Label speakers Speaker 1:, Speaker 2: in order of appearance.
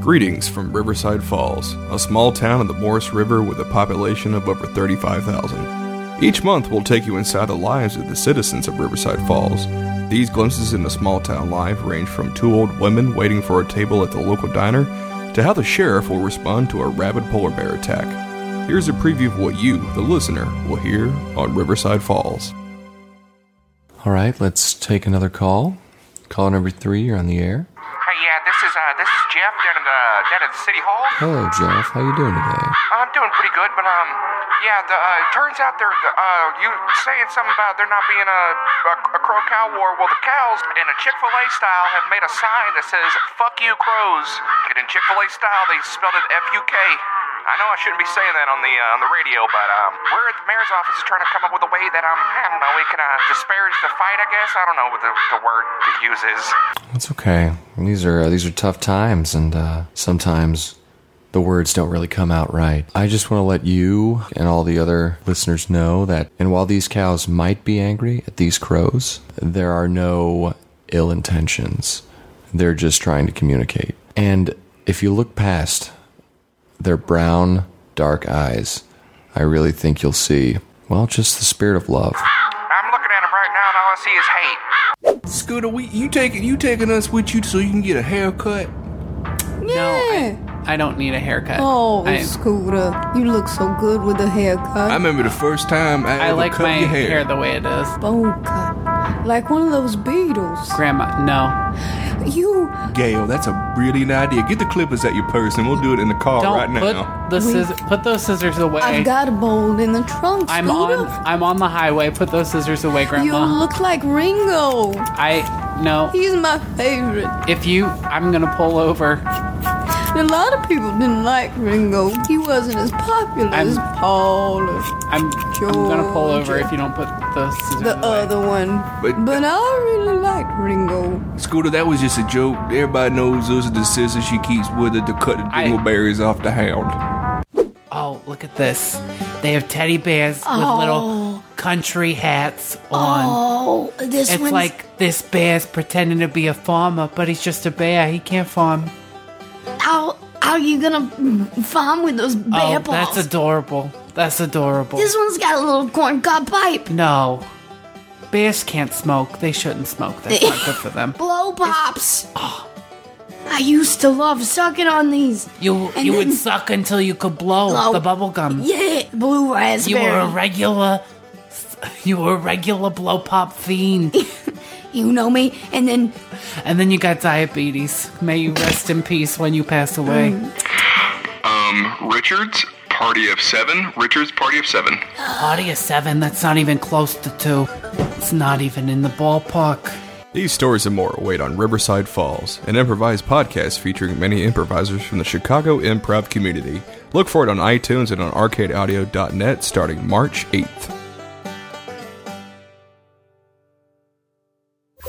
Speaker 1: Greetings from Riverside Falls, a small town on the Morris River with a population of over 35,000. Each month, we'll take you inside the lives of the citizens of Riverside Falls. These glimpses into small town life range from two old women waiting for a table at the local diner to how the sheriff will respond to a rabid polar bear attack. Here's a preview of what you, the listener, will hear on Riverside Falls.
Speaker 2: All right, let's take another call. Caller number three, you're on the air.
Speaker 3: Hey, yeah, this is uh, this is Jeff down at the down at the city hall.
Speaker 2: Hello, Jeff. How you doing today?
Speaker 3: I'm doing pretty good, but um, yeah, the uh, turns out they're uh, you saying something about there not being a a, a crow cow war. Well, the cows in a Chick Fil A style have made a sign that says "Fuck you, crows," and in Chick Fil A style they spelled it F U K. I know I shouldn't be saying that on the uh, on the radio, but um, we're at the mayor's office is trying to come up with a way that um, I don't know, we can uh, disparage the fight. I guess I don't know what the, the word to use is.
Speaker 2: It's okay. These are uh, these are tough times, and uh, sometimes the words don't really come out right. I just want to let you and all the other listeners know that, and while these cows might be angry at these crows, there are no ill intentions. They're just trying to communicate. And if you look past their brown, dark eyes, I really think you'll see, well, just the spirit of love.
Speaker 3: I'm looking at him right now, and all I see is hate.
Speaker 1: Scooter, we, you taking you taking us with you so you can get a haircut?
Speaker 4: No, I,
Speaker 5: Yeah.
Speaker 4: I don't need a haircut.
Speaker 5: Oh,
Speaker 4: I,
Speaker 5: Scooter, you look so good with a haircut.
Speaker 1: I remember the first time I,
Speaker 4: I
Speaker 1: ever
Speaker 4: like
Speaker 1: cut
Speaker 4: my
Speaker 1: your
Speaker 4: hair.
Speaker 1: hair.
Speaker 4: the way it is.
Speaker 5: Bone cut. Like one of those Beatles.
Speaker 4: Grandma, no.
Speaker 5: You,
Speaker 1: Gail, that's a brilliant idea. Get the clippers at your purse and we'll do it in the car
Speaker 4: Don't
Speaker 1: right
Speaker 4: put
Speaker 1: now.
Speaker 4: the
Speaker 5: We-
Speaker 4: scissors. Put those scissors away.
Speaker 5: I've got a bone in the trunk,
Speaker 4: I'm
Speaker 5: Scooter.
Speaker 4: on. I'm on the highway. Put those scissors away,
Speaker 5: You
Speaker 4: Grandma.
Speaker 5: look like Ringo.
Speaker 4: I no.
Speaker 5: He's my favorite.
Speaker 4: If you, I'm gonna pull over.
Speaker 5: A lot of people didn't like Ringo. He wasn't as popular
Speaker 4: I'm-
Speaker 5: as Paul or
Speaker 4: I'm, I'm gonna pull over
Speaker 5: Georgia.
Speaker 4: if you don't put the scissors
Speaker 5: the
Speaker 4: away.
Speaker 5: other one.
Speaker 1: But-
Speaker 5: But, I really liked Ringo.
Speaker 1: Scooter, that was just a joke. Everybody knows those are the scissors she keeps with her to cut the
Speaker 4: I-
Speaker 1: dingleberries off the hound.
Speaker 4: Oh, look at this. They have teddy bears with
Speaker 5: Oh.
Speaker 4: little country hats on.
Speaker 6: Oh, this
Speaker 4: it's
Speaker 6: one's
Speaker 4: like this bear's pretending to be a farmer, but he's just a bear. He can't farm.
Speaker 6: how how you gonna farm with those bear
Speaker 4: oh,
Speaker 6: paws?
Speaker 4: that's adorable. That's adorable.
Speaker 6: this one's got a little corncob pipe.
Speaker 4: no. Bears can't smoke. They shouldn't smoke. That's not good for them.
Speaker 6: Blow pops. I used to love sucking on these.
Speaker 4: You
Speaker 6: And
Speaker 4: you would
Speaker 6: then-
Speaker 4: suck until you could blow
Speaker 6: Blow.
Speaker 4: Oh, the bubble gum.
Speaker 6: Yeah, blue
Speaker 4: You
Speaker 6: raspberry.
Speaker 4: were a regular you were a regular blow pop fiend.
Speaker 6: You know me. And then
Speaker 4: and then you got diabetes. May you rest in peace when you pass away. Mm.
Speaker 7: Um, Richards, party of seven. Richards, party of seven.
Speaker 4: Party of seven, that's not even close to two. It's not even in the ballpark.
Speaker 1: These stories and more wait on Riverside Falls, an improvised podcast featuring many improvisers from the Chicago improv community. Look for it on iTunes and on arcadeaudio.net starting March 8th.